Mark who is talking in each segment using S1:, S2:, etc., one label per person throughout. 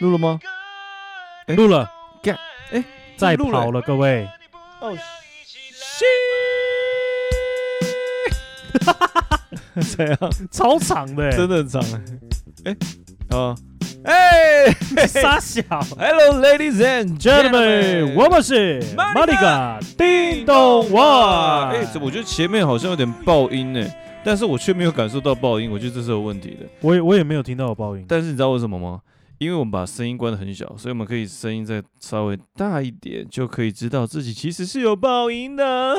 S1: 录了吗？哎
S2: 录了，
S1: 干，哎，
S2: 再
S1: 录了
S2: 跑了，各位，
S1: 哦， 这样
S2: 超长的欸，
S1: 真的很长哎。哎，啊，哎
S2: 傻小。
S1: ，Hello, ladies and gentlemen，
S2: gentlemen，我们是 m a r i g a 叮咚
S1: 哇！
S2: 哇。
S1: 哎，怎么我觉得前面好像有点爆音呢？但是我却没有感受到爆音，我觉得这是有问题的。
S2: 我也我也没有听到有爆音，
S1: 但是你知道为什么吗？因为我们把声音关得很小，所以我们可以声音再稍微大一点，就可以知道自己其实是有爆音的。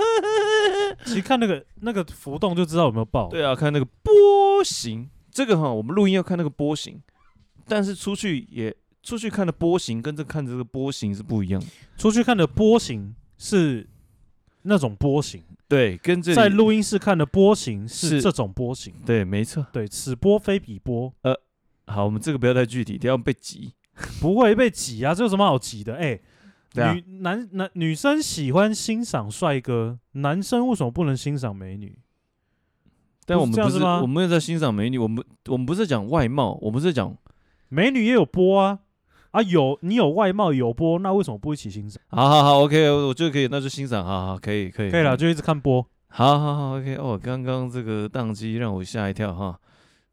S2: 其实看那个那个浮动就知道有没有爆。
S1: 对啊，看那个波形，这个哈，我们录音要看那个波形，但是出去也出去看的波形跟这看这个波形是不一样的。
S2: 出去看的波形是那种波形，
S1: 对，跟这里
S2: 在录音室看的波形
S1: 是
S2: 是这种波形。
S1: 对，没错。
S2: 对，此波非彼波，
S1: 好，我们这个不要太具体，等一下被挤。
S2: 不会被挤啊，这有什么好挤的？哎、
S1: 对啊
S2: 女男男女生喜欢欣赏帅哥，男生为什么不能欣赏美女？
S1: 但我们
S2: 这样
S1: 不
S2: 子
S1: 是，
S2: 吗
S1: 我们没有在欣赏美女，我们我们不是在讲外貌，我们是在讲
S2: 美女也有波啊，啊有你有外貌有波，那为什么不一起欣赏？
S1: 好好好，OK，我我觉得可以，那就欣赏，好好，可以可以
S2: 可以了，就一直看 波。
S1: 好好好，OK，哦，刚刚这个宕机让我吓一跳哈，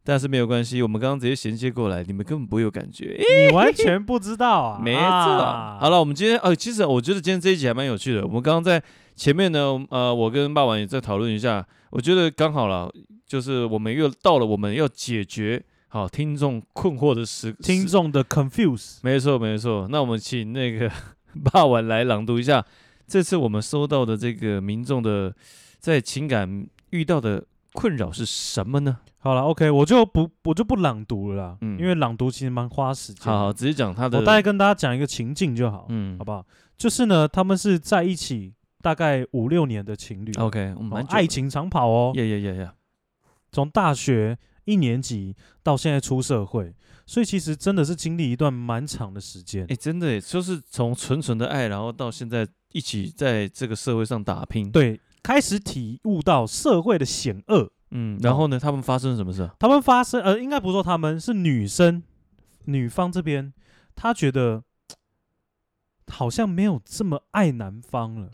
S1: 但是没有关系，我们刚刚直接衔接过来，你们根本不会有感觉。诶
S2: 你完全不知道啊！
S1: 没错，
S2: 啊
S1: 好了，我们今天呃，其实我觉得今天这一集还蛮有趣的。我们刚刚在前面呢，呃，我跟霸王也在讨论一下，我觉得刚好了，就是我们又到了我们要解决好听众困惑的时
S2: 听
S1: 时
S2: 众的 confuse
S1: 没错，没错。那我们请那个 霸晚来朗读一下这次我们收到的这个民众的在情感遇到的困扰是什么呢？
S2: 好了，OK，我就不我就不朗读了啦，
S1: 嗯
S2: 因为朗读其实蛮花时间。
S1: 好好，直接讲他的。
S2: 我大概跟大家讲一个情境就好，
S1: 嗯
S2: 好不好？就是呢，他们是在一起大概五六年的情侣，哦
S1: ，OK，我们蛮嗯久的
S2: 爱。情长跑哦，
S1: 呀呀呀呀！
S2: 从大学一年级到现在出社会，所以其实真的是经历一段蛮长的时间。
S1: 哎，真的耶，就是从纯纯的爱，然后到现在一起在这个社会上打拼。，
S2: 对，开始体悟到社会的险恶。
S1: 嗯，然后呢，他们发生了什么事啊？
S2: 他们发生，呃，应该不是说他们是女生，女方这边，她觉得好像没有这么爱男方了。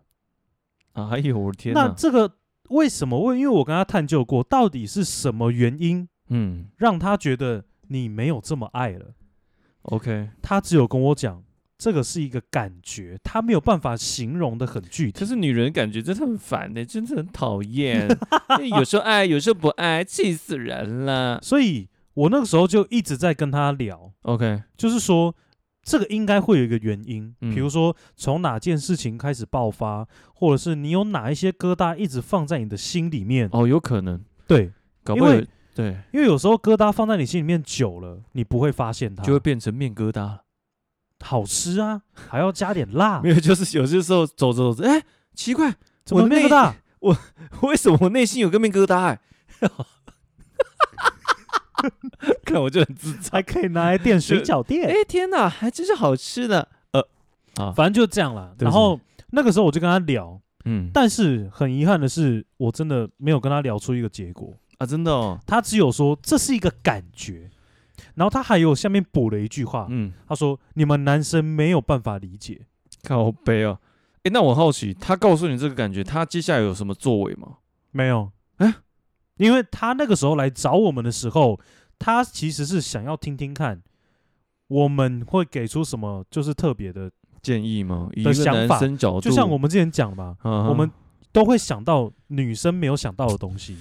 S1: 啊 哎呦，我的天
S2: 那
S1: 哪！
S2: 这个为什么会？因为我跟她探究过，到底是什么原因
S1: 嗯
S2: 让她觉得你没有这么爱了？
S1: ，OK。
S2: 她只有跟我讲，这个是一个感觉，她没有办法形容的很具体
S1: 可。是女人感觉真的很烦呢、真的很讨厌。 哎有时候爱，有时候不爱，气死人了。
S2: 所以我那个时候就一直在跟她聊，
S1: OK，
S2: 就是说，这个应该会有一个原因，
S1: 嗯
S2: 比如说从哪件事情开始爆发，或者是你有哪一些疙瘩一直放在你的心里面。
S1: 哦，有可能，
S2: 对，
S1: 搞
S2: 因
S1: 不好
S2: 为
S1: 有对，
S2: 因为有时候疙瘩放在你心里面久了，你不会发现它，
S1: 就会变成面疙瘩了。
S2: 好吃啊，还要加点 辣
S1: 没。有，就是有些时候走着走着，哎、奇怪，
S2: 怎么
S1: 我
S2: 那
S1: 内
S2: 个大？
S1: 为什么我内心有个面疙瘩、哎，看我就很自在。
S2: 还可以拿来垫水
S1: 就
S2: 饺
S1: 哎、
S2: 店，
S1: 天哪，还真是好吃呢。呃，啊，
S2: 反正就这样啦。
S1: 对不
S2: 然
S1: 起
S2: 后那个时候我就跟他聊，
S1: 嗯，
S2: 但是很遗憾的是，我真的没有跟他聊出一个结果。
S1: 啊，真的哦，
S2: 他只有说这是一个感觉，然后他还有下面补了一句话，
S1: 嗯，
S2: 他说：“你们男生没有办法理解。
S1: 靠背哦。哎、那我好奇，他告诉你这个感觉，他接下来有什么作为吗？”
S2: 没有，
S1: 啊
S2: 因为他那个时候来找我们的时候，他其实是想要听听看我们会给出什么，就是特别的，
S1: 建议吗？以一
S2: 的
S1: 个
S2: 想
S1: 男
S2: 法
S1: 生角度，
S2: 就像我们之前讲的嘛，
S1: 啊哈，
S2: 我们都会想到女生没有想到的东西，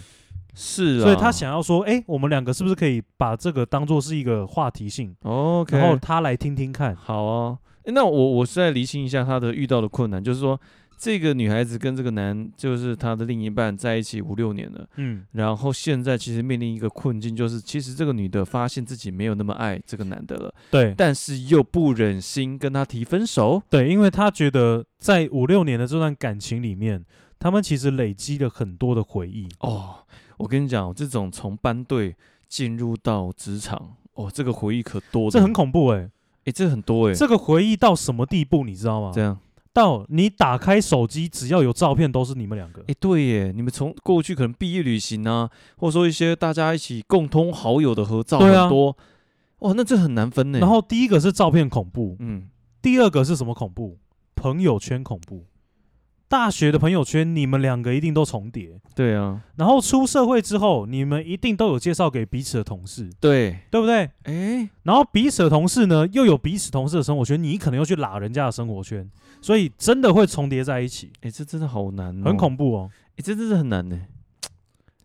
S1: 是啊，
S2: 所以他想要说，哎，我们两个是不是可以把这个当做是一个话题性，
S1: ，OK，
S2: 然后他来听听看。
S1: 好啊。诶那我我是在厘清一下她的遇到的困难，就是说这个女孩子跟这个男，就是她的另一半在一起五六年了，
S2: 嗯，
S1: 然后现在其实面临一个困境，就是其实这个女的发现自己没有那么爱这个男的了，
S2: 对
S1: 但是又不忍心跟他提分手。
S2: 对，因为他觉得在五六年的这段感情里面，他们其实累积了很多的回忆。
S1: 哦，我跟你讲，这种从班队进入到职场，哦，这个回忆可多的，
S2: 这很恐怖哎、
S1: 诶，这很多诶，
S2: 这个回忆到什么地步，你知道吗？
S1: 这样。
S2: 到你打开手机，只要有照片都是你们两个
S1: 哎、。对耶，你们从过去可能毕业旅行啊，或者说一些大家一起共同好友的合照
S2: 对
S1: 很
S2: 啊
S1: 多，哇，那这很难分呢。
S2: 然后第一个是照片恐怖，
S1: 嗯，
S2: 第二个是什么恐怖？朋友圈恐怖。大学的朋友圈，你们两个一定都重叠。
S1: 对啊，
S2: 然后出社会之后，你们一定都有介绍给彼此的同事，
S1: 对，
S2: 对不对？
S1: 哎，
S2: 然后彼此的同事呢，又有彼此同事的生活圈，你可能又去拉人家的生活圈，所以真的会重叠在一起，
S1: 哎，这真的好难哦，
S2: 很恐怖哦。
S1: 哎，这真的很难呢。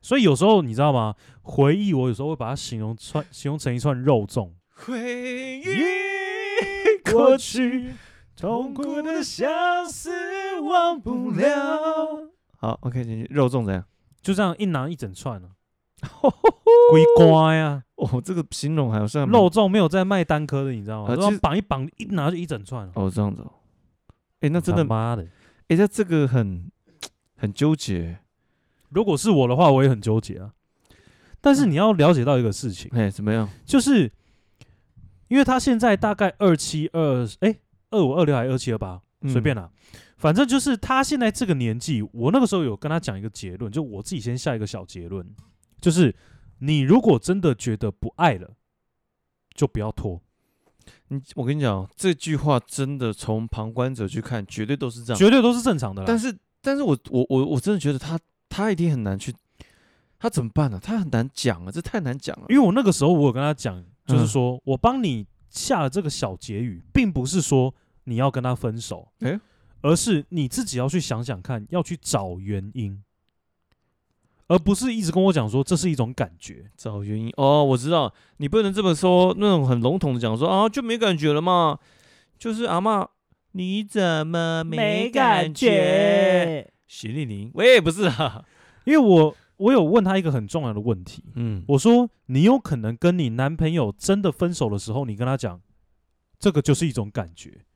S2: 所以有时候你知道吗？回忆我有时候会把它形容串，形容成一串肉粽。
S1: 回
S2: 忆
S1: 过
S2: 去
S1: 痛苦的相
S2: 思忘
S1: 不了，好，OK，进去肉粽怎样？
S2: 就这样一拿一整串 啊，龟瓜呀，
S1: 哦，这个形容好像蛮
S2: 肉粽没有在卖单颗的，你知道吗？
S1: 呃
S2: 然后
S1: 其实
S2: 绑一绑，一拿就一整串啊。
S1: 哦这样子哦，哎，那真
S2: 他
S1: 的，
S2: 妈的！
S1: 哎，那这个很很纠结，
S2: 如果是我的话，我也很纠结啊。但是你要了解到一个事 情，
S1: 哎，怎么样？
S2: 就是因为他现在大概二七二哎二五二六还是二七二八，
S1: 嗯
S2: 随便啦、反正就是他现在这个年纪，我那个时候有跟他讲一个结论，就我自己先下一个小结论，就是你如果真的觉得不爱了，就不要拖，
S1: 你，我跟你讲哦，这句话真的从旁观者去看，绝对都是这样。
S2: 绝对都是正常的啦。
S1: 但
S2: 是
S1: 是，但是我我我我真的觉得他他一定很难去，他怎么办呢、他很难讲啊，这太难讲了。
S2: 因为我那个时候我有跟他讲，就是
S1: 嗯
S2: 说、我帮你下了这个小结语，并不是说你要跟他分手，
S1: 诶
S2: 而是你自己要去想想看，要去找原因。而不是一直跟我讲说这是一种感觉，
S1: 找原因哦，我知道，你不能这么说，那种很笼统的讲说啊就没感觉了嘛，就是阿嬷，你怎么感？徐丽玲，喂，不是啊，
S2: 因为我我有问他一个很重要的问题，
S1: 嗯，
S2: 我说你有可能跟你男朋友真的分手的时候，你跟他讲，这个就是一种感觉。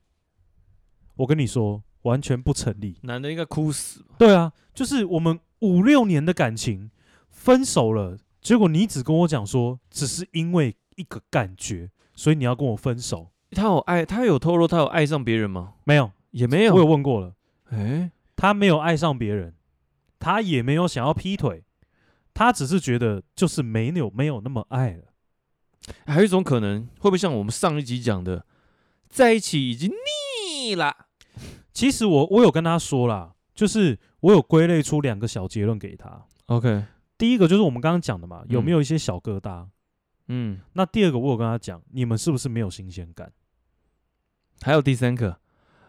S2: 我跟你说，完全不成立。
S1: 男的应该哭死吧，
S2: 对啊，就是我们五六年的感情分手了，结果你只跟我讲说，只是因为一个感觉，所以你要跟我分手，
S1: 他有爱，他有透露他有爱上别人吗？
S2: 没有？
S1: 也没有，
S2: 我有问过了，
S1: 哎、
S2: 他没有爱上别人，他也没有想要劈腿，他只是觉得就是没有没有那么爱了。
S1: 还有一种可能，会不会像我们上一集讲的，在一起已经腻了？
S2: 其实我我有跟他说啦，就是我有归类出两个小结论给他。
S1: OK，
S2: 第一个就是我们刚刚讲的嘛，有
S1: 嗯
S2: 没有一些小疙瘩？
S1: 嗯，
S2: 那第二个我有跟他讲，你们是不是没有新鲜感？
S1: 还有第三个，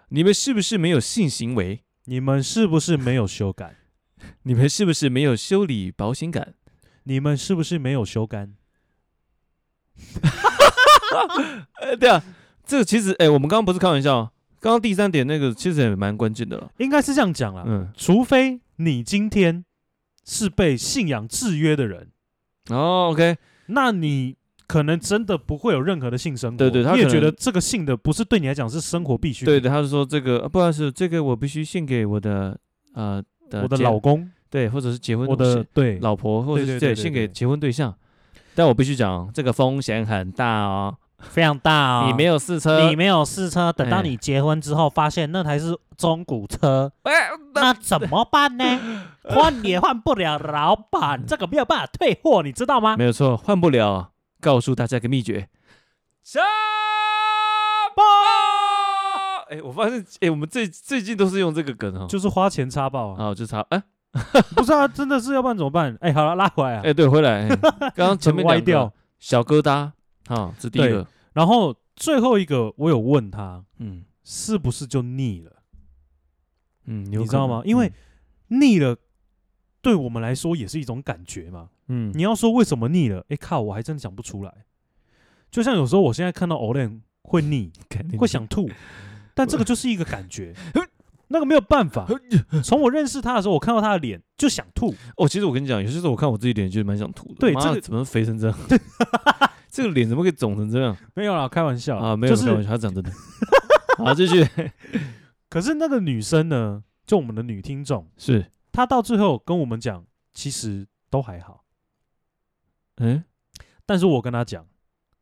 S1: 你们是不是没有性行为？
S2: 你们是不是没有 修改？
S1: 你们是不是没有修理保险杆？
S2: 你们是不是没有修干？
S1: 呃，对啊，这个其实，哎、我们刚刚不是开玩笑哦，刚刚第三点那个其实也蛮关键的了。
S2: 应该是这样讲啦，
S1: 嗯，
S2: 除非你今天是被信仰制约的人，
S1: 哦，OK，
S2: 那你可能真的不会有任何的性生活。
S1: 对对他
S2: 你也
S1: 可能
S2: 觉得这个性的不是对你来讲是生活必须。
S1: 对，的，他是说这个，呃不好意思，这个我必须献给我的呃的
S2: 我的
S1: 结
S2: 老公，
S1: 对，或者是结婚
S2: 我的对
S1: 老婆，或者
S2: 对对
S1: 是
S2: 对
S1: 对
S2: 对
S1: 献给
S2: 对
S1: 结婚对象。但我必须讲哦，这个风险很大哦。
S2: 非常大啊
S1: 你没有试车，
S2: 没有试车，
S1: 等到你
S2: 结婚之后发现那台是中古车，
S1: 哎
S2: 那怎么办 呢？换也换不了，老板，这个没有办法退货，你知道吗？
S1: 嗯没有错，换不了。告诉大家个秘诀，沙包。哎，我发现，哎，我们最最近都是用这个梗哦。
S2: 就是花钱插爆啊！
S1: 啊，我就查，哎
S2: 不是啊，真的是要不然怎么办？哎，好了，拉回来啊。
S1: 哎，对，回来， 哎刚刚前面
S2: 歪
S1: 两
S2: 掉
S1: 个，小疙瘩，啊，这第一
S2: 对
S1: 个，
S2: 然后最后一个，我有问他
S1: 嗯
S2: 是不是就腻了，
S1: 嗯，有
S2: 你
S1: 可
S2: 知道
S1: 能
S2: 吗？因为，腻了，对我们来说也是一种感觉嘛。
S1: 嗯，嗯
S2: 你要说为什么腻了？哎靠，我还真讲不出来。就像有时候我现在看到 Olen 会 腻，
S1: 肯定
S2: 会 想吐，但这个就是一个感 觉，那个没有办法。从我认识他的时候，我看到他的脸就想吐，
S1: 哦，其实我跟你讲，有些时候我看我自己脸就是蛮想吐的。
S2: 对
S1: 妈
S2: 这
S1: 的
S2: 个
S1: 怎么肥成这样？ 这个脸怎么可以肿成这样
S2: 没有啦，开玩笑
S1: 啊？没有
S2: 就
S1: 开玩
S2: 是
S1: 笑，他讲真的。 好，继续
S2: 可是那个女生呢，就我们的女听众，
S1: 是，
S2: 她到最后跟我们讲，其实都还好。
S1: 嗯，
S2: 但是我跟她讲，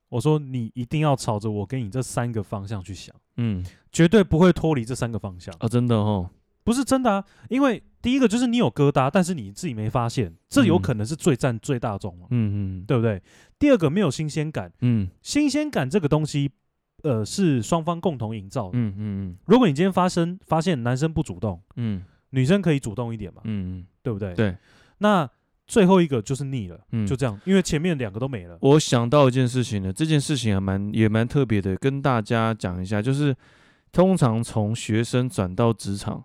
S2: 我说你一定要朝着我给你这三个方向去想，
S1: 嗯，
S2: 绝对不会脱离这三个方向，
S1: 啊，真的哦，
S2: 不是真的啊，因为第一个就是你有疙瘩，但是你自己没发现，这有
S1: 嗯
S2: 可能是最占最大宗嘛，
S1: 嗯嗯
S2: 对不对？第二个没有新鲜感，
S1: 嗯
S2: 新鲜感这个东西，呃，是双方共同营造的。
S1: 嗯嗯
S2: 如果你今天发生发现男生不主动，
S1: 嗯
S2: 女生可以主动一点嘛，
S1: 嗯，
S2: 对不对？
S1: 对。
S2: 那最后一个就是腻了，
S1: 嗯
S2: 就这样，因为前面两个都没了。
S1: 我想到一件事情了，这件事情还蛮也蛮特别的，跟大家讲一下，就是通常从学生转到职场，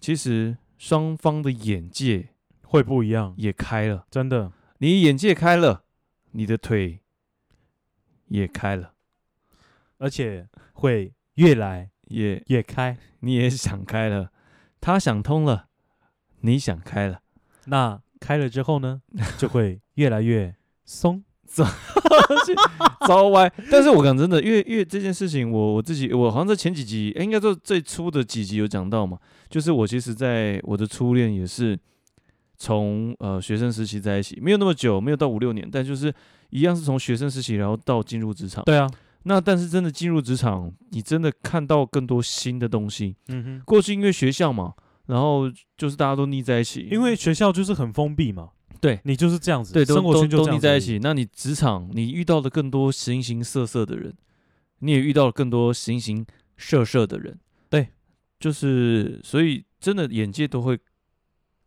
S1: 其实双方的眼界
S2: 会不一样，
S1: 也开了，
S2: 真的。
S1: 你眼界开了，你的腿也开了，
S2: 而且会越来
S1: 也
S2: 越开。
S1: 你也想开了，他想通了，你想开了，
S2: 那开了之后呢，就会越来越松。
S1: 糟歪。但是我讲真的，因为因为这件事情我，我自己我好像在前几集，诶应该说最初的几集有讲到嘛，就是我其实在我的初恋也是从呃学生时期在一起，没有那么久，没有到五六年，但就是一样是从学生时期，然后到进入职场。
S2: 对啊，
S1: 那但是真的进入职场，你真的看到更多新的东西。
S2: 嗯哼，
S1: 过去因为学校嘛，然后就是大家都腻在一起，
S2: 因为学校就是很封闭嘛，
S1: 对
S2: 你就是这样子，
S1: 对，都
S2: 生活
S1: 都
S2: 圈就这
S1: 都
S2: 样
S1: 腻
S2: 子
S1: 在
S2: 而
S1: 一
S2: 已
S1: 起。那你职场你遇到了更多形形色色的人，你也遇到了更多形形色色的人。
S2: 对，
S1: 就是所以真的眼界都会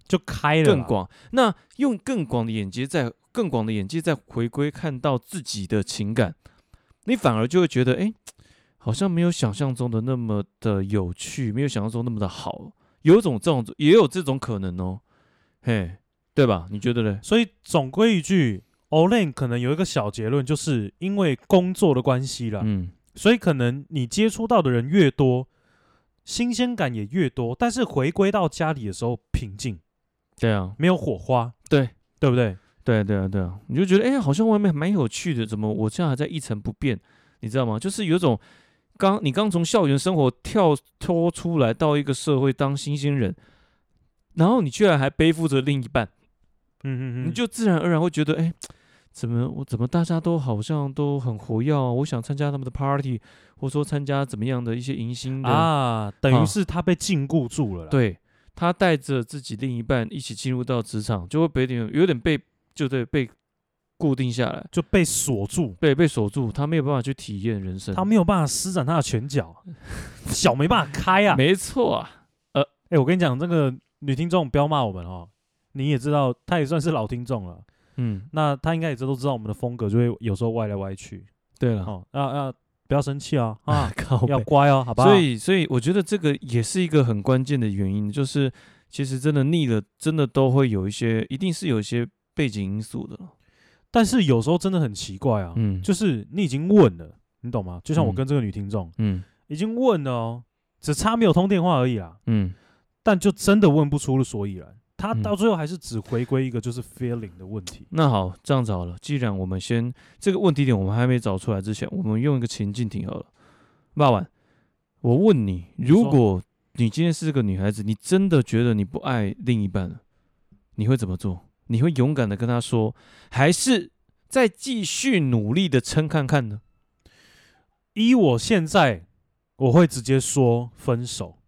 S2: 就开了啦，
S1: 更广。那用更广的眼界再更广的眼界再回归看到自己的情感，你反而就会觉得，哎、好像没有想象中的那么的有趣，没有想象中那么的好。有一种这种也有这种可能哦，嘿，对吧？你觉得嘞？
S2: 所以总归一句，Olen 可能有一个小结论，就是因为工作的关系啦，
S1: 嗯
S2: 所以可能你接触到的人越多，新鲜感也越多，但是回归到家里的时候平静，
S1: 对啊，
S2: 没有火花，
S1: 对
S2: 对不对？
S1: 对啊，对啊，对啊，你就觉得哎、诶好像外面蛮有趣的，怎么我这样还在一成不变？你知道吗？就是有一种刚你刚从校园生活跳脱出来，到一个社会当新鲜人，然后你居然还背负着另一半，
S2: 嗯嗯嗯，
S1: 你就自然而然会觉得哎、诶怎么我怎么大家都好像都很活跃啊？我想参加他们的 party，或者说参加怎么样的一些迎新的
S2: 啊，等
S1: 啊
S2: 于是他被禁锢住了啦。
S1: 对他带着自己另一半一起进入到职场，就会被点有点被就对被固定下来。
S2: 就被锁住，
S1: 被被锁住，他没有办法去体验人生。
S2: 他没有办法施展他的 拳脚，脚没办法开啊。哎、
S1: 没错啊，
S2: 哎我跟你讲，这个女听众不要骂我们哦，你也知道，她也算是老听众了，
S1: 嗯，
S2: 那她应该也都知道我们的风格，就会有时候歪来歪去。
S1: 对了，
S2: 哦，啊啊，不要生气哦，啊，
S1: 靠
S2: 要
S1: 背
S2: 乖哦，好不好？
S1: 所以所以我觉得这个也是一个很关键的原因，就是其实真的腻了，真的都会有一些，一定是有一些背景因素的了。
S2: 但是有时候真的很奇怪啊，
S1: 嗯，
S2: 就是你已经问了，你懂吗？就像我
S1: 嗯
S2: 跟这个女听众、
S1: 嗯
S2: 已经问了哦，只差没有通电话而已啦，
S1: 嗯，
S2: 但就真的问不出所以然。她
S1: 嗯
S2: 到最后还是只回归一个就是 feeling 的问题。
S1: 那好，这样子好了，既然我们先这个问题点我们还没找出来之前，我们用一个情境题好了。爸爸，我问你，如
S2: 说
S1: 果你今天是个女孩子，你真的觉得你不爱另一半了，你会怎么做？你会勇敢的跟他说，还是再继续努力的撑看看呢？
S2: 依我现在，我会直接说分手。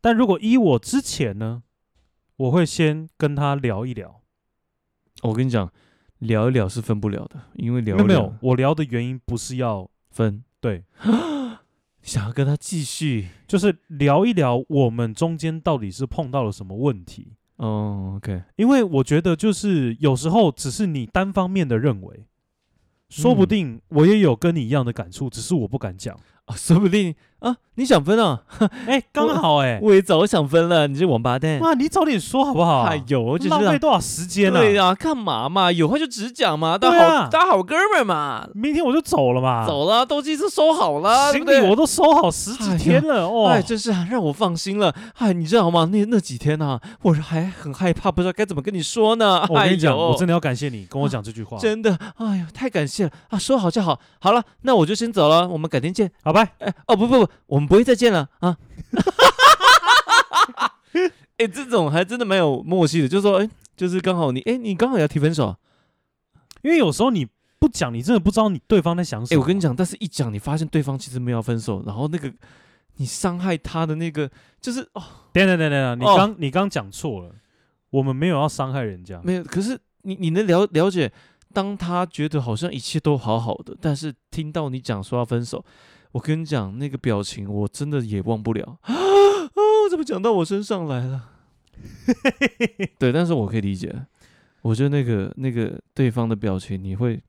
S2: 但如果依我之前呢，我会先跟他聊一聊。
S1: 我跟你讲，聊一聊是分不了的，因为聊
S2: 没
S1: 一聊
S2: 有没有，我聊的原因不是要
S1: 分，
S2: 对，
S1: 想要跟他继续。
S2: 就是聊一聊我们中间到底是碰到了什么问题。
S1: 哦，OK，
S2: 因为我觉得就是有时候只是你单方面的认为，说不
S1: 嗯
S2: 定我也有跟你一样的感触，只是我不敢讲。
S1: 啊，说不定啊，你想分啊？
S2: 哎，刚好哎、
S1: 我也早想分了，你这王八蛋！
S2: 哇，你早点说好不好？
S1: 哎呦，我就
S2: 浪
S1: 知道
S2: 费，多少时间啊！
S1: 对啊，干嘛嘛？有话就直讲嘛，大
S2: 对
S1: 好、
S2: 啊
S1: 大好哥们儿嘛，
S2: 明天我就走了嘛。
S1: 走了，东西都收好了，对
S2: 行
S1: 不
S2: 李
S1: 啊对？
S2: 我都收好十几天了哦。
S1: 哎，真是啊，让我放心了。哎，你知道吗？那那几天呢、啊，我还很害怕，不知道该怎么跟你说呢。
S2: 哦我跟你讲，
S1: 哎呦
S2: 我真的要感谢你跟我讲这句话。
S1: 真的，哎呦，太感谢了啊！说好就好，好了，那我就先走了，我们改天见。
S2: 好吧，
S1: 哎，哦不不不，我们不会再见了 啊！哎，这种还真的蛮有默契的，就是说，哎，就是刚好你，哎，你刚好也要提分手啊，
S2: 因为有时候你不讲，你真的不知道你对方在想
S1: 哎、
S2: 什么。
S1: 我跟你讲，但是一讲，你发现对方其实没有要分手，然后那个你伤害他的那个，就是哦，
S2: 等等等等，你
S1: 哦
S2: 刚你刚讲错了，我们没有要伤害人家，
S1: 没有。可是你你能了了解，当他觉得好像一切都好好的，但是听到你讲说要分手，我跟你讲那个表情，我真的也忘不了。 啊，怎么讲到我身上来 了？对，但是我可以理解，我觉得那个那个对方的表情，你会，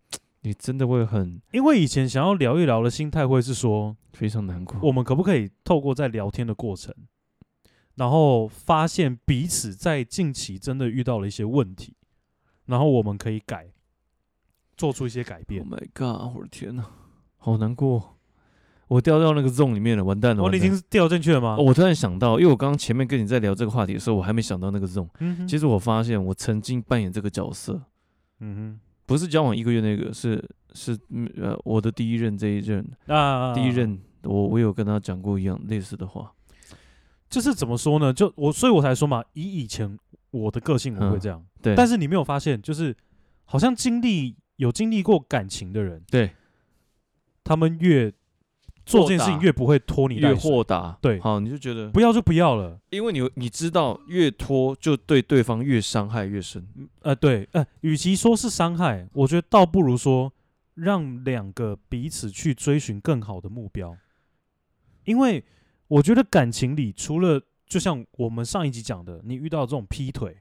S1: 你真的会很
S2: 因为以前想要聊一聊的心态会是说，
S1: 非常难过。
S2: 我们可不可以透过在聊天的过程，然后发现彼此在近期真的遇到了一些问题，然后我们可以改，做出一些改变
S1: Oh。my god！我的天哪，好难过，哦我掉到那个 zone 里面了，完蛋了。
S2: 哦，
S1: 完
S2: 你已
S1: 蛋
S2: 经掉进去了吗
S1: 了哦？我突然想到，因为我刚刚前面跟你在聊这个话题的时候，我还没想到那个 zone。
S2: 嗯哼
S1: 其实我发现，我曾经扮演这个角色，
S2: 嗯
S1: 不是交往一个月那个，是是嗯呃我的第一任这一任，
S2: 哼，那
S1: 第一任我我有跟他讲过一样类似的话。
S2: 就是怎么说呢？就我，所以我才说嘛，以以前我的个性我会这样，
S1: 嗯对，
S2: 但
S1: 是
S2: 是你没有发现，就是好像经历有经历过感情的人，
S1: 对
S2: 他们越做
S1: 豁
S2: 这件事情
S1: 达
S2: 越不会拖泥
S1: 越
S2: 带水，
S1: 豁达，
S2: 对
S1: 好你就觉得，
S2: 不要就不要了。
S1: 因为你你知道越拖就对对方越伤害越深。
S2: 呃，对，呃，与其说是伤害，我觉得倒不如说让两个彼此去追寻更好的目标，因为我觉得感情里除了就像我们上一集讲的，你遇到这种劈腿，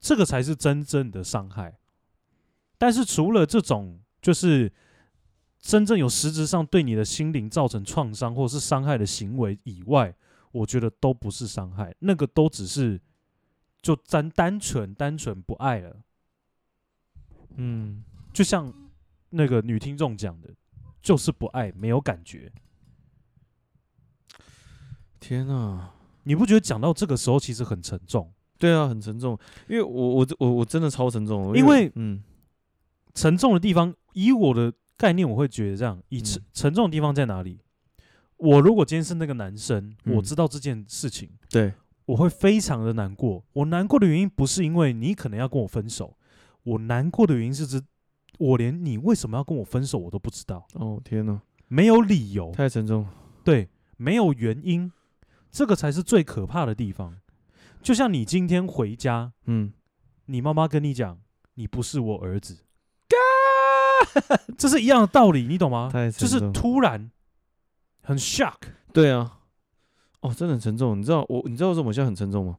S2: 这个才是真正的伤害。但是除了这种，就是真正有实质上对你的心灵造成创伤或是伤害的行为以外，我觉得都不是伤害，那个都只是就单单纯单纯不爱了。
S1: 嗯，
S2: 就像那个女听众讲的，就是不爱，没有感觉。
S1: 天哪！
S2: 你不觉得讲到这个时候其实很沉重？
S1: 对啊，很沉重，因为我我我我真的超沉重，
S2: 因为
S1: 嗯，
S2: 沉重的地方，以我的概念，我会觉得这样。以沉
S1: 嗯
S2: 沉重的地方在哪里？我如果今天是那个男生，
S1: 嗯
S2: 我知道这件事情，
S1: 对，
S2: 我会非常的难过。我难过的原因不是因为你可能要跟我分手，我难过的原因是指我连你为什么要跟我分手我都不知道，
S1: 哦天哪，
S2: 没有理由。
S1: 太沉重了，
S2: 对，没有原因，这个才是最可怕的地方。就像你今天回家，
S1: 嗯，
S2: 你妈妈跟你讲，你不是我儿子， 这是一样的道理，你懂吗？
S1: 太
S2: 啊就
S1: 沉重
S2: 是
S1: 了，
S2: 突然很 shock，
S1: 对啊，哦，真的很沉重，你知道我你知道为什么我现在很沉重吗？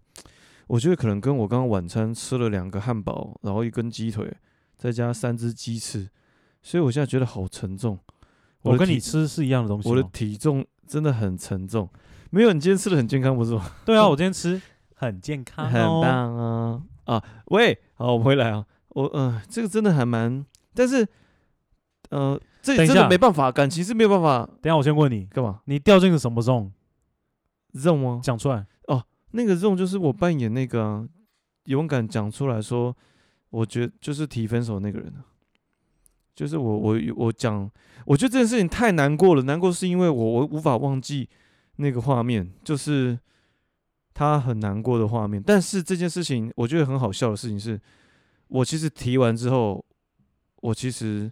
S1: 我觉得可能跟我刚刚晚餐吃了两个汉堡，然后一根鸡腿，再加三只鸡翅，所以我现在觉得好沉重。
S2: 我
S1: 的
S2: 跟你
S1: 体
S2: 吃是一样的东西哦
S1: 我的
S2: 吗
S1: 体重真的很沉重，没有你今天吃的很健康不是吗？
S2: 对啊，我今天吃很健康、哦，
S1: 很棒啊啊！喂，好，我们回来啊。我呃，这个真的还蛮，但是呃，这
S2: 等一
S1: 真的
S2: 下
S1: 没办法，感情是没有办法
S2: 等一下我先问你，
S1: 干嘛
S2: 你掉进了什么 zone？
S1: 肉吗？
S2: 讲出来。
S1: 那个肉就是我扮演那个啊、勇敢讲出来说，我觉得就是提分手那个人啊。就是我我我讲，我觉得这件事情太难过了，难过是因为我我无法忘记那个画面，就是他很难过的画面。但是这件事情，我觉得很好笑的事情是，我其实提完之后，我其实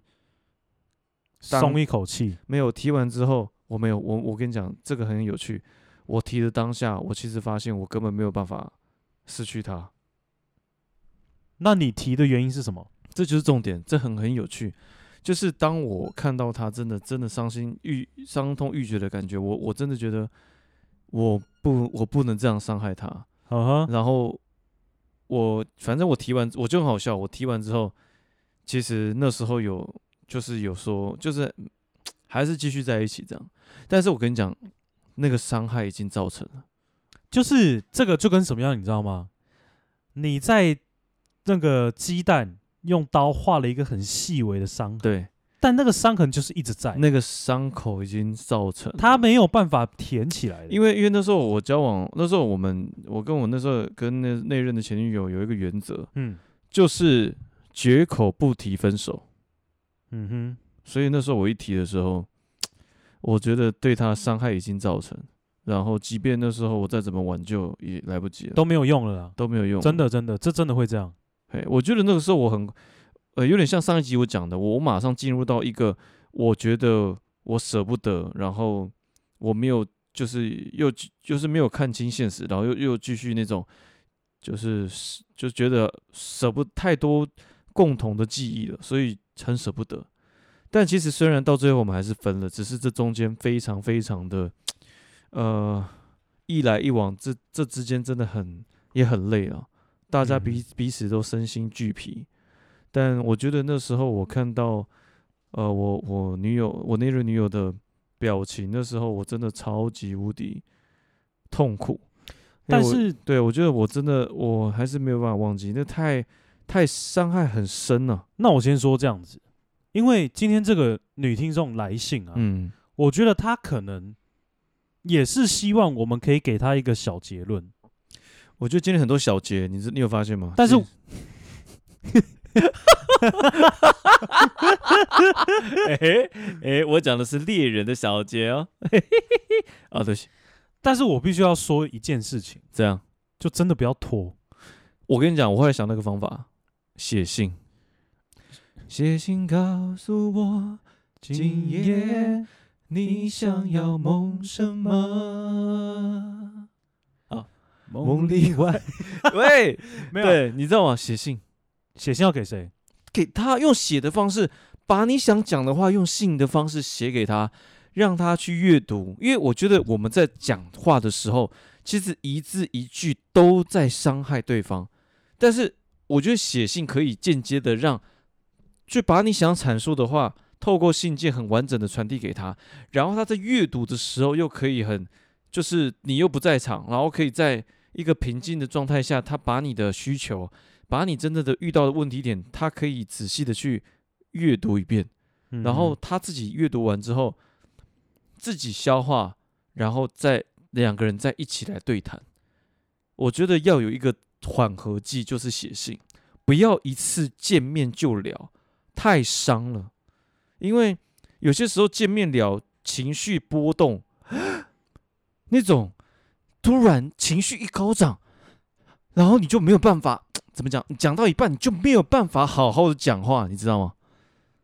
S1: 当
S2: 松一口气，
S1: 没有提完之后，我没有我我跟你讲，这个很有趣。我提的当下，我其实发现我根本没有办法失去他，
S2: 那你提的原因是什么？
S1: 这就是重点，这很很有趣。就是当我看到他真的真的伤心欲伤痛欲绝的感觉，我我真的觉得我不我不能这样伤害他。
S2: 嗯哼，
S1: 然后我反正我提完我就很好笑，我提完之后，其实那时候有就是有说就是嗯还是继续在一起这样，但是我跟你讲，那个伤害已经造成了，
S2: 就是这个就跟什么样，你知道吗？你在那个鸡蛋用刀划了一个很细微的伤痕，
S1: 对，
S2: 但那个伤痕就是一直在，
S1: 那个伤口已经造成了。
S2: 它没有办法填起来的。
S1: 因为因为那时候我交往，那时候我们我跟我那时候跟那那任的前女友有一个原则，
S2: 嗯
S1: 就是绝口不提分手。
S2: 嗯哼，
S1: 所以那时候我一提的时候，我觉得对他伤害已经造成，然后即便那时候我再怎么挽救也来不及了，
S2: 都没有用了啦。
S1: 都没有用。
S2: 真，的真的，这真的会这样。
S1: 嘿，我觉得那个时候我很，呃，有点像上一集我讲的，我我马上进入到一个我觉得我舍不得，然后我没有就是又继就是没有看清现实，然后又又继续那种，就是舍就觉得舍不太多共同的记忆了，所以很舍不得。但其实虽然到最后我们还是分了，只是这中间非常非常的，呃，一来一往，这这之间真的很也很累啊，大家彼、
S2: 嗯
S1: 彼此都身心俱疲。但我觉得那时候我看到，呃，我我女友我那任女友的表情，那时候我真的超级无敌痛苦。因为
S2: 但
S1: 我
S2: 是
S1: 对我觉得我真的我还是没有办法忘记，那太太伤害很深了、
S2: 那我先说这样子，因为今天这个女听众来信啊，
S1: 嗯
S2: 我觉得她可能也是希望我们可以给她一个小结论，
S1: 我觉得今天很多小节，你知你有发现吗？
S2: 但是
S1: 其实哎 哎，我讲的是猎人的小节哦。 啊，对不起，
S2: 但是我必须要说一件事情，
S1: 这样
S2: 就真的不要拖。
S1: 我跟你讲，我后来想那个方法，写信。写信告诉我，今夜你想要梦什么？
S2: 梦里外，
S1: 喂，
S2: 没有
S1: 对，你知道吗？写信
S2: 写信要给谁？
S1: 给他，用写的方式，把你想讲的话用信的方式写给他，让他去阅读。因为我觉得我们在讲话的时候，其实一字一句都在伤害对方，但是我觉得写信可以间接的让，去把你想阐述的话，透过信件很完整的传递给他，然后他在阅读的时候又可以很，就是你又不在场，然后可以在一个平静的状态下，他把你的需求，把你真正的遇到的问题点，他可以仔细的去阅读一遍。
S2: 嗯
S1: 然后他自己阅读完之后，自己消化，然后再两个人再一起来对谈。我觉得要有一个缓和剂，就是写信，不要一次见面就聊，太伤了。因为有些时候见面聊，情绪波动， 那种突然情绪一高涨，然后你就没有办法怎么讲？你讲到一半你就没有办法好好的讲话，你知道吗？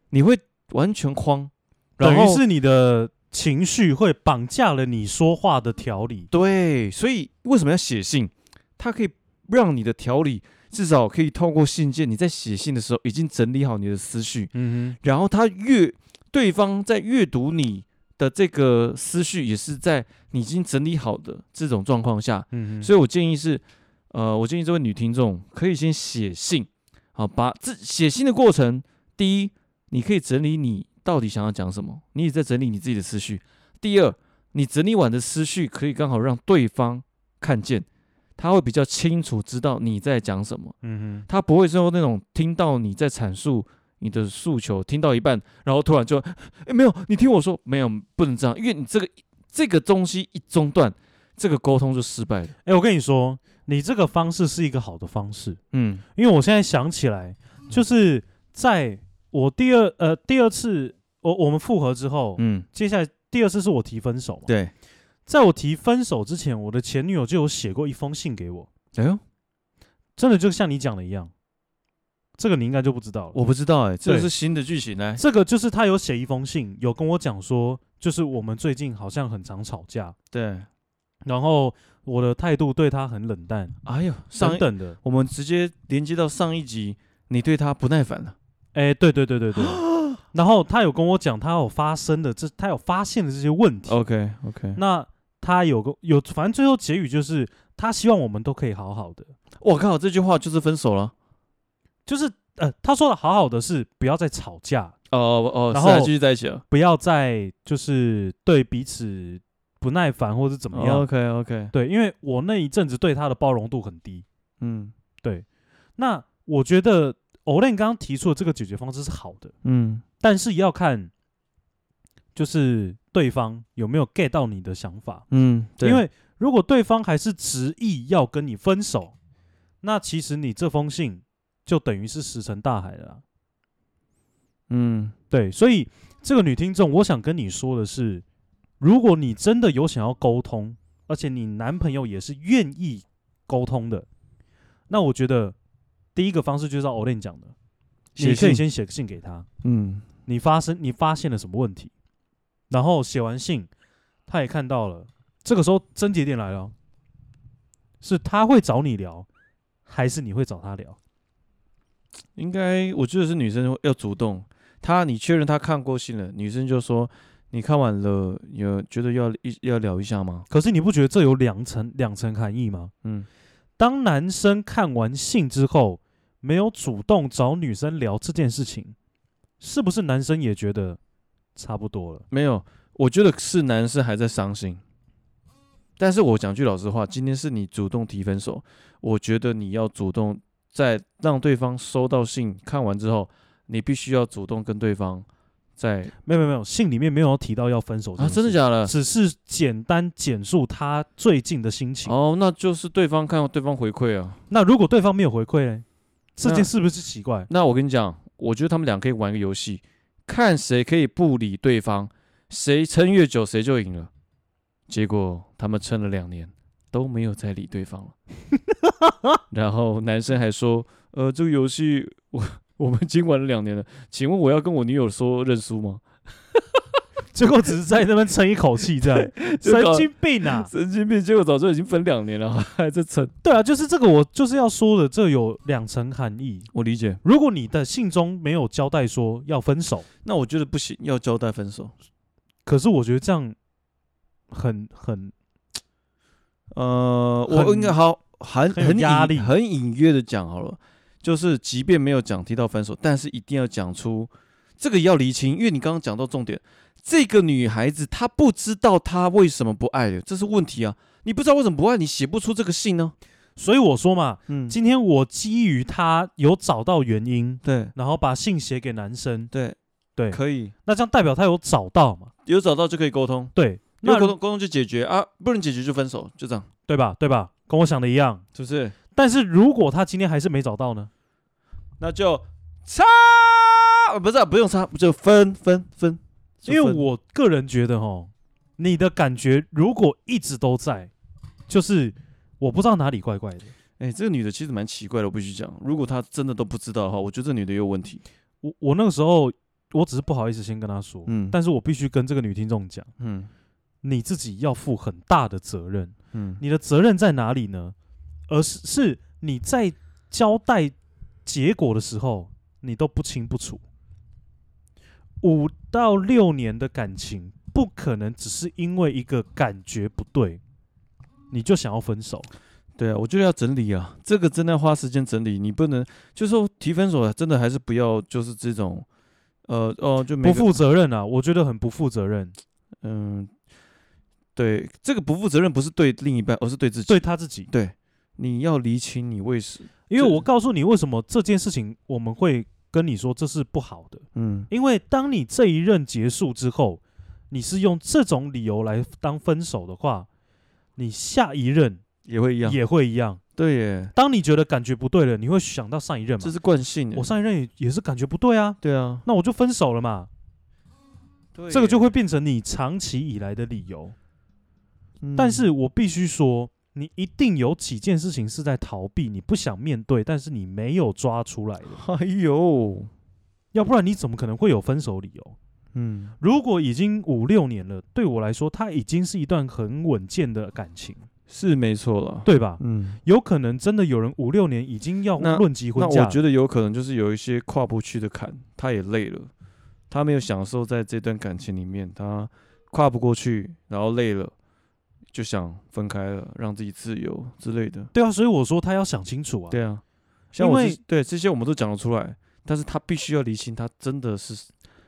S1: 你会完全慌，然
S2: 等于
S1: 后
S2: 是你的情绪会绑架了你说话的条理。
S1: 对，所以为什么要写信？它可以让你的条理至少可以透过信件，你在写信的时候已经整理好你的思绪，
S2: 嗯
S1: 然后他阅对方在阅读你的这个思绪，也是在你已经整理好的这种状况下，
S2: 哼，嗯哼，
S1: 所以我建议是，呃，我建议这位女听众可以先写信，好，把自写信的过程，第一，你可以整理你到底想要讲什么，你也在整理你自己的思绪；第二，你整理完的思绪可以刚好让对方看见，他会比较清楚知道你在讲什么，
S2: 嗯
S1: 他不会说那种听到你在阐述。你的诉求听到一半，然后突然就，哎，没有，你听我说，没有，不能这样，因为你这个这个东西一中断，这个沟通就失败了。
S2: 哼，哎，我跟你说，你这个方式是一个好的方式，
S1: 嗯，
S2: 因为我现在想起来，就是在我第二呃第二次我我们复合之后，
S1: 嗯，
S2: 接下来第二次是我提分手嘛，
S1: 对，
S2: 在我提分手之前，我的前女友就有写过一封信给我，
S1: 哎呦，
S2: 真的就像你讲的一样，这个你应该就不知道了。
S1: 我不知道哎、这
S2: 对
S1: 是新的剧情哎呢、
S2: 这个就是他有写一封信，有跟我讲说，就是我们最近好像很常吵架，
S1: 对，
S2: 然后我的态度对他很冷淡，
S1: 哎呦，上
S2: 等
S1: 一
S2: 等的。
S1: 我们直接连接到上一集，你对他不耐烦了，
S2: 哎，对对对对 对。然后他有跟我讲，他有发生的这，他有发现的这些问题。
S1: OK OK，
S2: 那他有个有，反正最后结语就是，他希望我们都可以好好的，
S1: 我靠，这句话就是分手了，
S2: 就是呃，他说的好好的是不要再吵架，
S1: 哦哦，
S2: 然
S1: 是还
S2: 后
S1: 继续在一起了，
S2: 不要再就是对彼此不耐烦或是怎么样。
S1: OK OK，
S2: 对，因为我那一阵子对他的包容度很低。
S1: 嗯
S2: 那我觉得 Olen 刚刚提出的这个解决方式是好的，
S1: 嗯
S2: 但是也要看就是对方有没有 get 到你的想法。
S1: 嗯，对
S2: 因为如果对方还是执意要跟你分手，那其实你这封信就等于是石沉大海了啦。啊
S1: 嗯
S2: 对，所以这个女听众，我想跟你说的是，如果你真的有想要沟通，而且你男朋友也是愿意沟通的，那我觉得第一个方式就是像 Olen 讲的，
S1: 写
S2: 你可以
S1: 信
S2: 先写个信给他，
S1: 嗯
S2: 你发生你发现了什么问题，然后写完信，他也看到了，这个时候症结点来了，是他会找你聊，还是你会找他聊？
S1: 应该我觉得是女生要主动，她你确认她看过信了，女生就说你看完了有觉得要一要聊一下吗？
S2: 可是你不觉得这有两层两层含义吗？
S1: 嗯，
S2: 当男生看完信之后，没有主动找女生聊这件事情，是不是男生也觉得差不多了？
S1: 没有，我觉得是男生还在伤心。但是我讲句老实话，今天是你主动提分手，我觉得你要主动在让对方收到信看完之后，你必须要主动跟对方在
S2: 没有没有没有，信里面没有提到要分手
S1: 啊，真的假的
S2: 的？只是简单简述他最近的心情。
S1: 哦，那就是对方看对方回馈啊。
S2: 那如果对方没有回馈呢？这
S1: 那
S2: 件是不是奇怪？
S1: 那我跟你讲，我觉得他们俩可以玩一个游戏，看谁可以不理对方，谁撑越久谁就赢了。结果他们撑了两年都没有再理对方了， 然后男生还说：“呃，这个游戏我我们已经玩了两年了，请问我要跟我女友说认输吗
S2: 结果只是在那边撑一口气，这样
S1: 就搞
S2: 神经病？”啊！
S1: 神经病！结果早就已经分两年了，还在撑。
S2: 对啊，就是这个，我就是要说的，这有两层含义。
S1: 我理解，
S2: 如果你的信中没有交代说要分手，
S1: 那我觉得不行，要交代分手。
S2: 可是我觉得这样很很
S1: 呃，
S2: 很
S1: 我应该好很
S2: 很有
S1: 很
S2: 压
S1: 隐
S2: 力
S1: 很隐约的讲好了，就是即便没有讲提到分手，但是一定要讲出这个也要厘清，因为你刚刚讲到重点，这个女孩子她不知道她为什么不爱了，这是问题啊！你不知道为什么不爱，你写不出这个信呢、
S2: 所以我说嘛，
S1: 嗯，
S2: 今天我基于他有找到原因，
S1: 对
S2: 然后把信写给男生，
S1: 对
S2: 对
S1: 可以
S2: 那这样代表他有找到嘛？
S1: 有找到就可以沟通，
S2: 对，
S1: 有
S2: 那
S1: 沟通沟通就解决啊，不能解决就分手，就这样，
S2: 对吧？对吧？跟我想的一样。
S1: 是不是？
S2: 但是如果他今天还是没找到呢？
S1: 那就擦，呃不是啊、不用擦，就分分分，就
S2: 因为
S1: 分
S2: 我个人觉得，哦，你的感觉如果一直都在，就是我不知道哪里怪怪的。
S1: 哎、这个女的其实蛮奇怪的，我必须讲。如果她真的都不知道的话，我觉得这女的也有问题。
S2: 我我那个时候，我只是不好意思先跟他说，
S1: 嗯
S2: 但是我必须跟这个女听众讲，
S1: 嗯
S2: 你自己要负很大的责任。
S1: 嗯，
S2: 你的责任在哪里呢？而是是你在交代结果的时候，你都不清不楚。五到六年的感情，不可能只是因为一个感觉不对，你就想要分手。
S1: 对啊，我觉得要整理啊，这个真的要花时间整理。你不能就是说提分手啊，真的还是不要，就是这种，呃哦，就每
S2: 不
S1: 个
S2: 负责任啊！我觉得很不负责任，
S1: 嗯，对，这个不负责任不是对另一半，而是对自己。
S2: 对他自己。
S1: 对，你要厘清你为什，
S2: 因为
S1: 这
S2: 我告诉你为什么这件事情我们会跟你说这是不好的，
S1: 嗯
S2: 因为当你这一任结束之后，你是用这种理由来当分手的话，你下一任
S1: 也会一样。
S2: 也会一样。
S1: 对耶，
S2: 当你觉得感觉不对了，你会想到上一任嘛
S1: 这？是惯性耶。
S2: 我上一任也也是感觉不对啊，
S1: 对啊，
S2: 那我就分手了嘛。
S1: 对
S2: 这个
S1: 耶
S2: 就会变成你长期以来的理由。但
S1: 嗯
S2: 是我必须说，你一定有几件事情是在逃避，你不想面对，但是你没有抓出来的，
S1: 哎呦，
S2: 要不然你怎么可能会有分手理由？
S1: 嗯，
S2: 如果已经五六年了，对我来说，它已经是一段很稳健的感情，
S1: 嗯是没错了。，
S2: 对吧？
S1: 嗯。
S2: 有可能真的有人五六年已经要
S1: 那
S2: 论及婚
S1: 那
S2: 嫁
S1: 我
S2: 了，
S1: 觉得有可能就是有一些跨不去的坎，他也累了，他没有享受在这段感情里面，他跨不过去，然后累了，就想分开了，让自己自由之类的。
S2: 对啊，所以我说他要想清楚啊。
S1: 对啊，像
S2: 因
S1: 我
S2: 为
S1: 这对这些我们都讲得出来，但是他必须要理清他真的是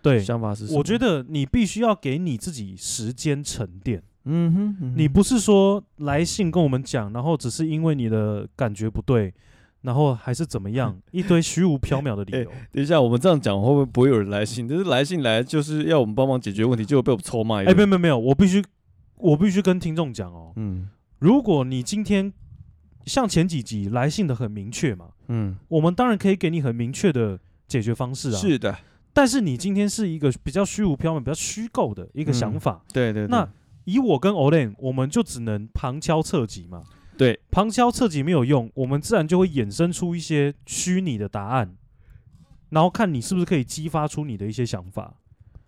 S2: 对，
S1: 想法是什么。
S2: 我觉，得你必须要给你自己时间沉淀。
S1: 嗯哼，嗯
S2: 你
S1: 哼
S2: 不是说来信跟我们讲，然后只是因为你的感觉不对，然后还是怎么
S1: 嗯
S2: 样，一堆虚无缥缈的理 由。
S1: 等一下，我们这样讲会不会不会有人来信？就是来信来就是要我们帮忙解决问题，结果被我们臭骂一
S2: 哎，没有
S1: 顿。
S2: 没有没有，我必须我必须跟听众讲哦，
S1: 嗯
S2: 如果你今天像前几集来信的很明确嘛，
S1: 嗯，
S2: 我们当然可以给你很明确的解决方式啊。，
S1: 是的，
S2: 但是你今天是一个比较虚无缥缈、比较虚构的一个想法，
S1: 对嗯对对。
S2: 那以我跟 Olen，我们就只能旁敲侧击嘛。
S1: 对，
S2: 旁敲侧击没有用，我们自然就会衍生出一些虚拟的答案，然后看你是不是可以激发出你的一些想法，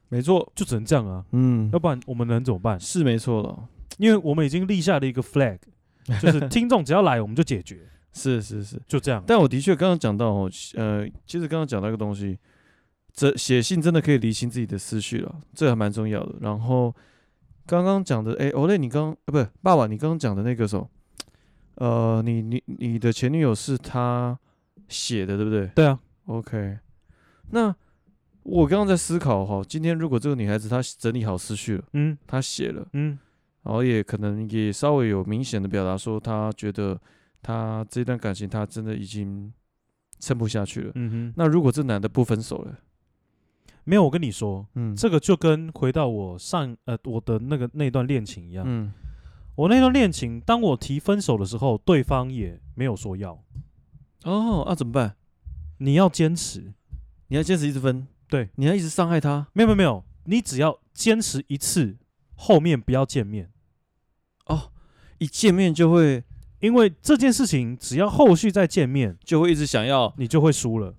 S1: 没错，
S2: 就只能这样啊，
S1: 嗯，
S2: 要不然我们能怎么办？
S1: 是没错了。
S2: 因为我们已经立下了一个 flag，就是 听众只要来我们就解决，
S1: 是是是，
S2: 就这样。
S1: 但我的确刚刚讲到哦，呃，其实刚刚讲到一个东西，这写信真的可以理清自己的思绪了，这还蛮重要的。然后刚刚讲的，哎，欧雷，你刚呃不是爸爸，你刚刚讲的那个什么，呃，你你你的前女友是他写的，对不对
S2: 对啊，
S1: ？OK，那我刚刚在思考哈，今天如果这个女孩子她整理好思绪了，
S2: 嗯
S1: 她写了。
S2: 嗯
S1: 然后也可能也稍微有明显的表达说，他觉得他这段感情他真的已经撑不下去了。
S2: 嗯哼，
S1: 那如果这男的不分手了，
S2: 没有，我跟你说，
S1: 嗯，
S2: 这个就跟回到我上呃我的那个那段恋情一样，
S1: 嗯
S2: 我那段恋情，当我提分手的时候，对方也没有说要，
S1: 哦，那、怎么办？
S2: 你要坚持，
S1: 你要坚持一直分，
S2: 对，
S1: 你要一直伤害他。
S2: 没有没有没有，你只要坚持一次，后面不要见面，
S1: 哦，一见面就会
S2: 因为这件事情只要后续再见面，
S1: 就会一直想要
S2: 你就会输了。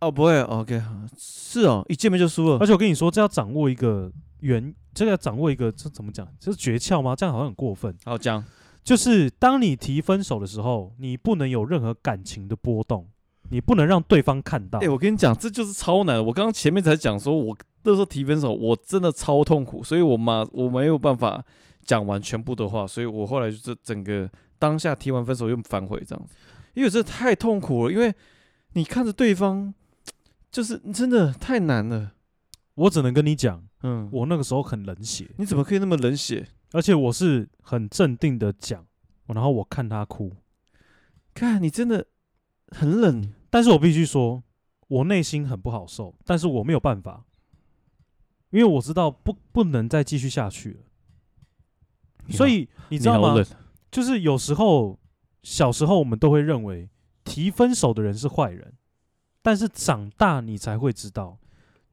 S1: 哦，不会，OK，是哦，一见面就输
S2: 而
S1: 了。
S2: 且我跟你说，这要掌握一个原，这个要掌握一个这怎么讲？这是诀窍吗？这样好像很过分。
S1: 好讲，
S2: 就是当你提分手的时候，你不能有任何感情的波动，你不能让对方看到。
S1: 哎、我跟你讲，这就是超难的。我刚刚前面才讲说，我那时候提分手，我真的超痛苦，所以我妈我没有办法讲完全部的话，所以我后来就是整个当下提完分手又反悔这样子，因为这太痛苦了，因为你看着对方，就是真的太难了。
S2: 我只能跟你讲，
S1: 嗯，
S2: 我那个时候很冷血，
S1: 你怎么可以那么冷血？
S2: 而且我是很镇定的讲，然后我看他哭，
S1: 看你真的很冷，
S2: 但是我必须说，我内心很不好受，但是我没有办法，因为我知道不不能再继续下去了。所以你
S1: 你
S2: 知道
S1: 好
S2: 吗？
S1: 冷
S2: 就是有时候小时候我们都会认为提分手的人是坏人，但是长大你才会知道，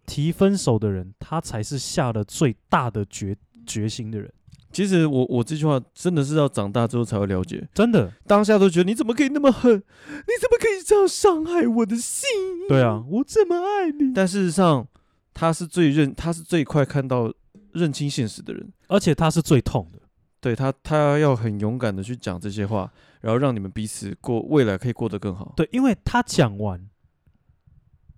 S2: 提分手的人他才是下了最大的决决心的人。
S1: 其实我我这句话真的是要长大之后才会了解，
S2: 真的，
S1: 当下都觉得你怎么可以那么狠，你怎么可以这样伤害我的心？
S2: 对啊，我这么爱你，
S1: 但事实上，他是最认，他是最快看到认清现实的人。
S2: 而且他是最痛的。
S1: 对他，他要很勇敢的去讲这些话，然后让你们彼此过未来可以过得更好。，
S2: 对，因为他讲完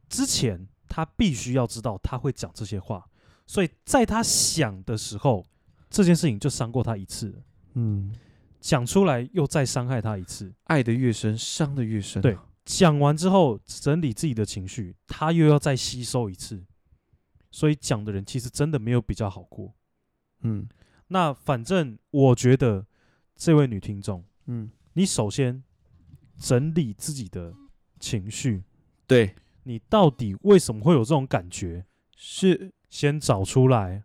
S2: 之前，他必须要知道他会讲这些话，所以在他想的时候，这件事情就伤过他一次了，
S1: 嗯，
S2: 讲出来又再伤害他一次。
S1: 爱的越深，伤的越深、啊
S2: 对，讲完之后，整理自己的情绪，他又要再吸收一次，所以讲的人其实真的没有比较好过。
S1: 嗯
S2: 那反正我觉得，这位女听众，
S1: 嗯，
S2: 你首先整理自己的情绪，
S1: 对，
S2: 你到底为什么会有这种感觉？
S1: 是
S2: 先找出来，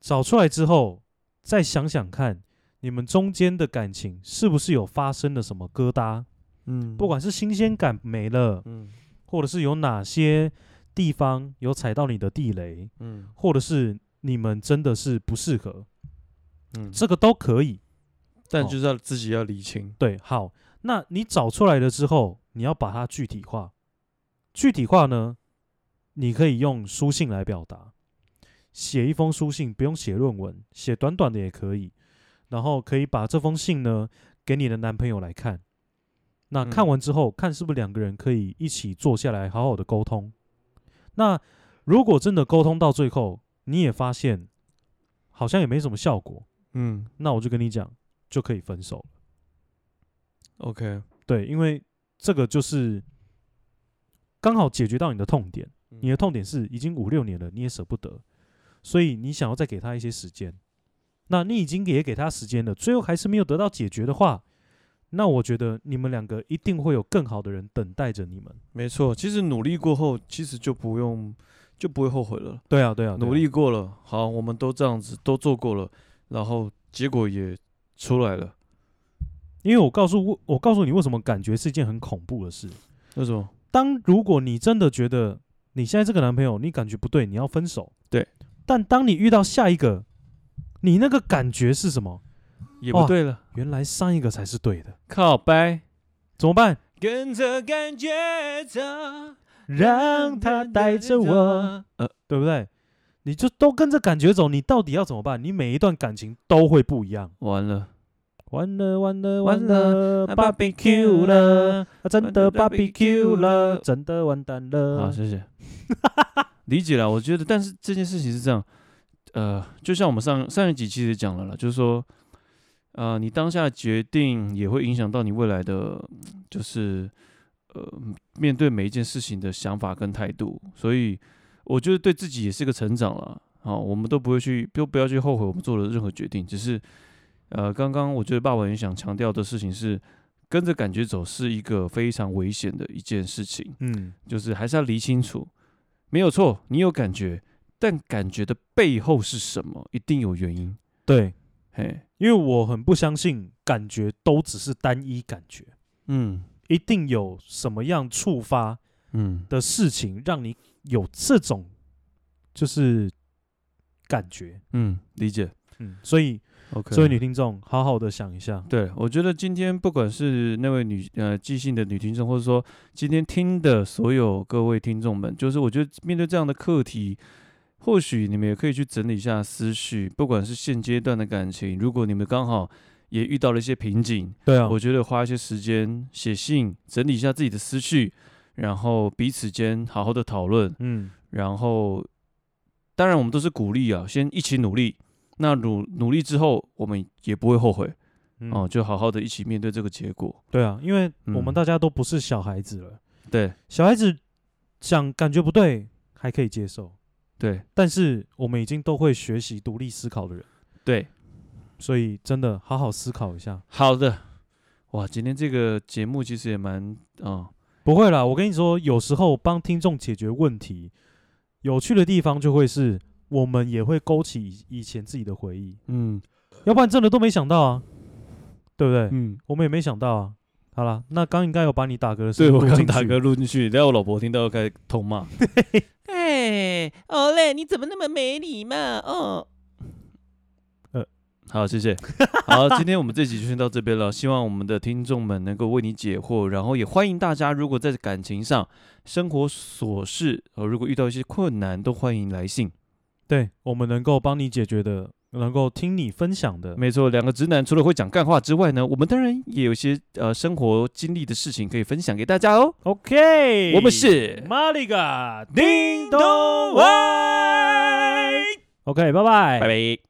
S2: 找出来之后，再想想看，你们中间的感情是不是有发生了什么疙瘩？
S1: 嗯，
S2: 不管是新鲜感没了，
S1: 嗯
S2: 或者是有哪些地方有踩到你的地雷，
S1: 嗯
S2: 或者是你们真的是不适合，
S1: 嗯，
S2: 这个都可以。
S1: 但
S2: 哦
S1: 就是要自己要理清。
S2: 对，好，那你找出来了之后，你要把它具体化。具体化呢，你可以用书信来表达，写一封书信，不用写论文，写短短的也可以。然后可以把这封信呢给你的男朋友来看，那看
S1: 嗯
S2: 完之后，看是不是两个人可以一起坐下来好好的沟通。那如果真的沟通到最后，你也发现好像也没什么效果，
S1: 嗯
S2: 那我就跟你讲，就可以分手。
S1: ，OK，
S2: 对，因为这个就是刚好解决到你的痛点，你的痛点是已经五六年了，你也舍不得，所以你想要再给他一些时间。那你已经也给他时间了，最后还是没有得到解决的话，那我觉得你们两个一定会有更好的人等待着你们。
S1: 没错。其实努力过后，其实就不用就不会后悔了。
S2: 对啊，对啊，
S1: 努力过了，好，我们都这样子，都做过了，然后结果也出来了。
S2: 因为我告诉我，我告诉你为什么感觉是一件很恐怖的事。
S1: 为什么？
S2: 当如果你真的觉得你现在这个男朋友你感觉不对，你要分手，
S1: 对。
S2: 但当你遇到下一个，你那个感觉是什么？
S1: 也
S2: 哇
S1: 不对了，
S2: 原来上一个才是对的，
S1: 哦靠掰，
S2: 怎么办？
S1: 跟着感觉走，
S2: 让他带着我，，
S1: 呃，
S2: 对不对？你就都跟着感觉走，你到底要怎么办？你每一段感情都会不一样。
S1: 完了，
S2: 完了完了
S1: 完
S2: 完了
S1: 啊
S2: ，barbecue
S1: barbecue
S2: 了，啊真的
S1: 完了
S2: barbecue
S1: barbecue
S2: 了，
S1: 了
S2: 真的完蛋
S1: 好，
S2: 了。
S1: 啊谢谢。理解了，我觉得，但是这件事情是这样，呃，就像我们上上一集其实讲了了，就是说，呃，你当下的决定也会影响到你未来的，就是呃，面对每一件事情的想法跟态度，所以我觉得对自己也是个成长了。好，我们都不会去，都不要去后悔我们做的任何决定，只是，呃，刚刚我觉得爸爸也想强调的事情是，跟着感觉走是一个非常危险的一件事情。
S2: 嗯，
S1: 就是还是要理清楚，没有错，你有感觉，但感觉的背后是什么，一定有原因。
S2: 对，
S1: 嘿，
S2: 因为我很不相信感觉都只是单一感觉，
S1: 嗯
S2: 一定有什么样触发
S1: 嗯，
S2: 的事情让你有这种就是感觉。
S1: 嗯，理解。
S2: 嗯，所以
S1: OK，
S2: 所以女听众好好的想一下。
S1: 对我觉得今天不管是那位女呃寄信的女听众，或者说今天听的所有各位听众们，就是我觉得面对这样的课题。或许你们也可以去整理一下思绪，不管是现阶段的感情，如果你们刚好也遇到了一些瓶颈，
S2: 对啊，
S1: 我觉得花一些时间写信，整理一下自己的思绪，然后彼此间好好的讨论，
S2: 嗯，
S1: 然后当然我们都是鼓励啊，先一起努力。那努努力之后，我们也不会后悔
S2: 嗯
S1: 哦、就好好的一起面对这个结果。
S2: 对啊，因为我们
S1: 嗯
S2: 大家都不是小孩子了，
S1: 对
S2: 小孩子想感觉不对还可以接受，
S1: 对
S2: 但是我们已经都会学习独立思考的人，
S1: 对，
S2: 所以真的好好思考一下。
S1: 好的。哇，今天这个节目其实也蛮啊、
S2: 不会啦，我跟你说，有时候帮听众解决问题，有趣的地方就会是我们也会勾起以以前自己的回忆，
S1: 嗯
S2: 要不然真的都没想到啊，对不对？
S1: 嗯，
S2: 我们也没想到啊。好啦，那刚应该有把你打嗝的
S1: 对
S2: 声音
S1: 我
S2: 录进去，
S1: 刚打嗝录进去，然后我老婆听到开始痛骂。
S3: 哎，哦嘞，你怎么那么没礼貌？哦，
S1: 呃好，谢谢。好，今天我们这集就先到这边了。 希望我们的听众们能够为你解惑，然后也欢迎大家，如果在感情上、生活琐事，呃，如果遇到一些困难，都欢迎来信。
S2: 对我们能够帮你解决的，能够听你分享的，
S1: 没错，两个直男除了会讲干话之外呢，我们当然也有一些呃生活经历的事情可以分享给大家哦。
S2: OK，
S1: 我们是
S2: 玛丽嘎
S1: 叮
S2: 咚外。OK，拜拜，
S1: 拜拜。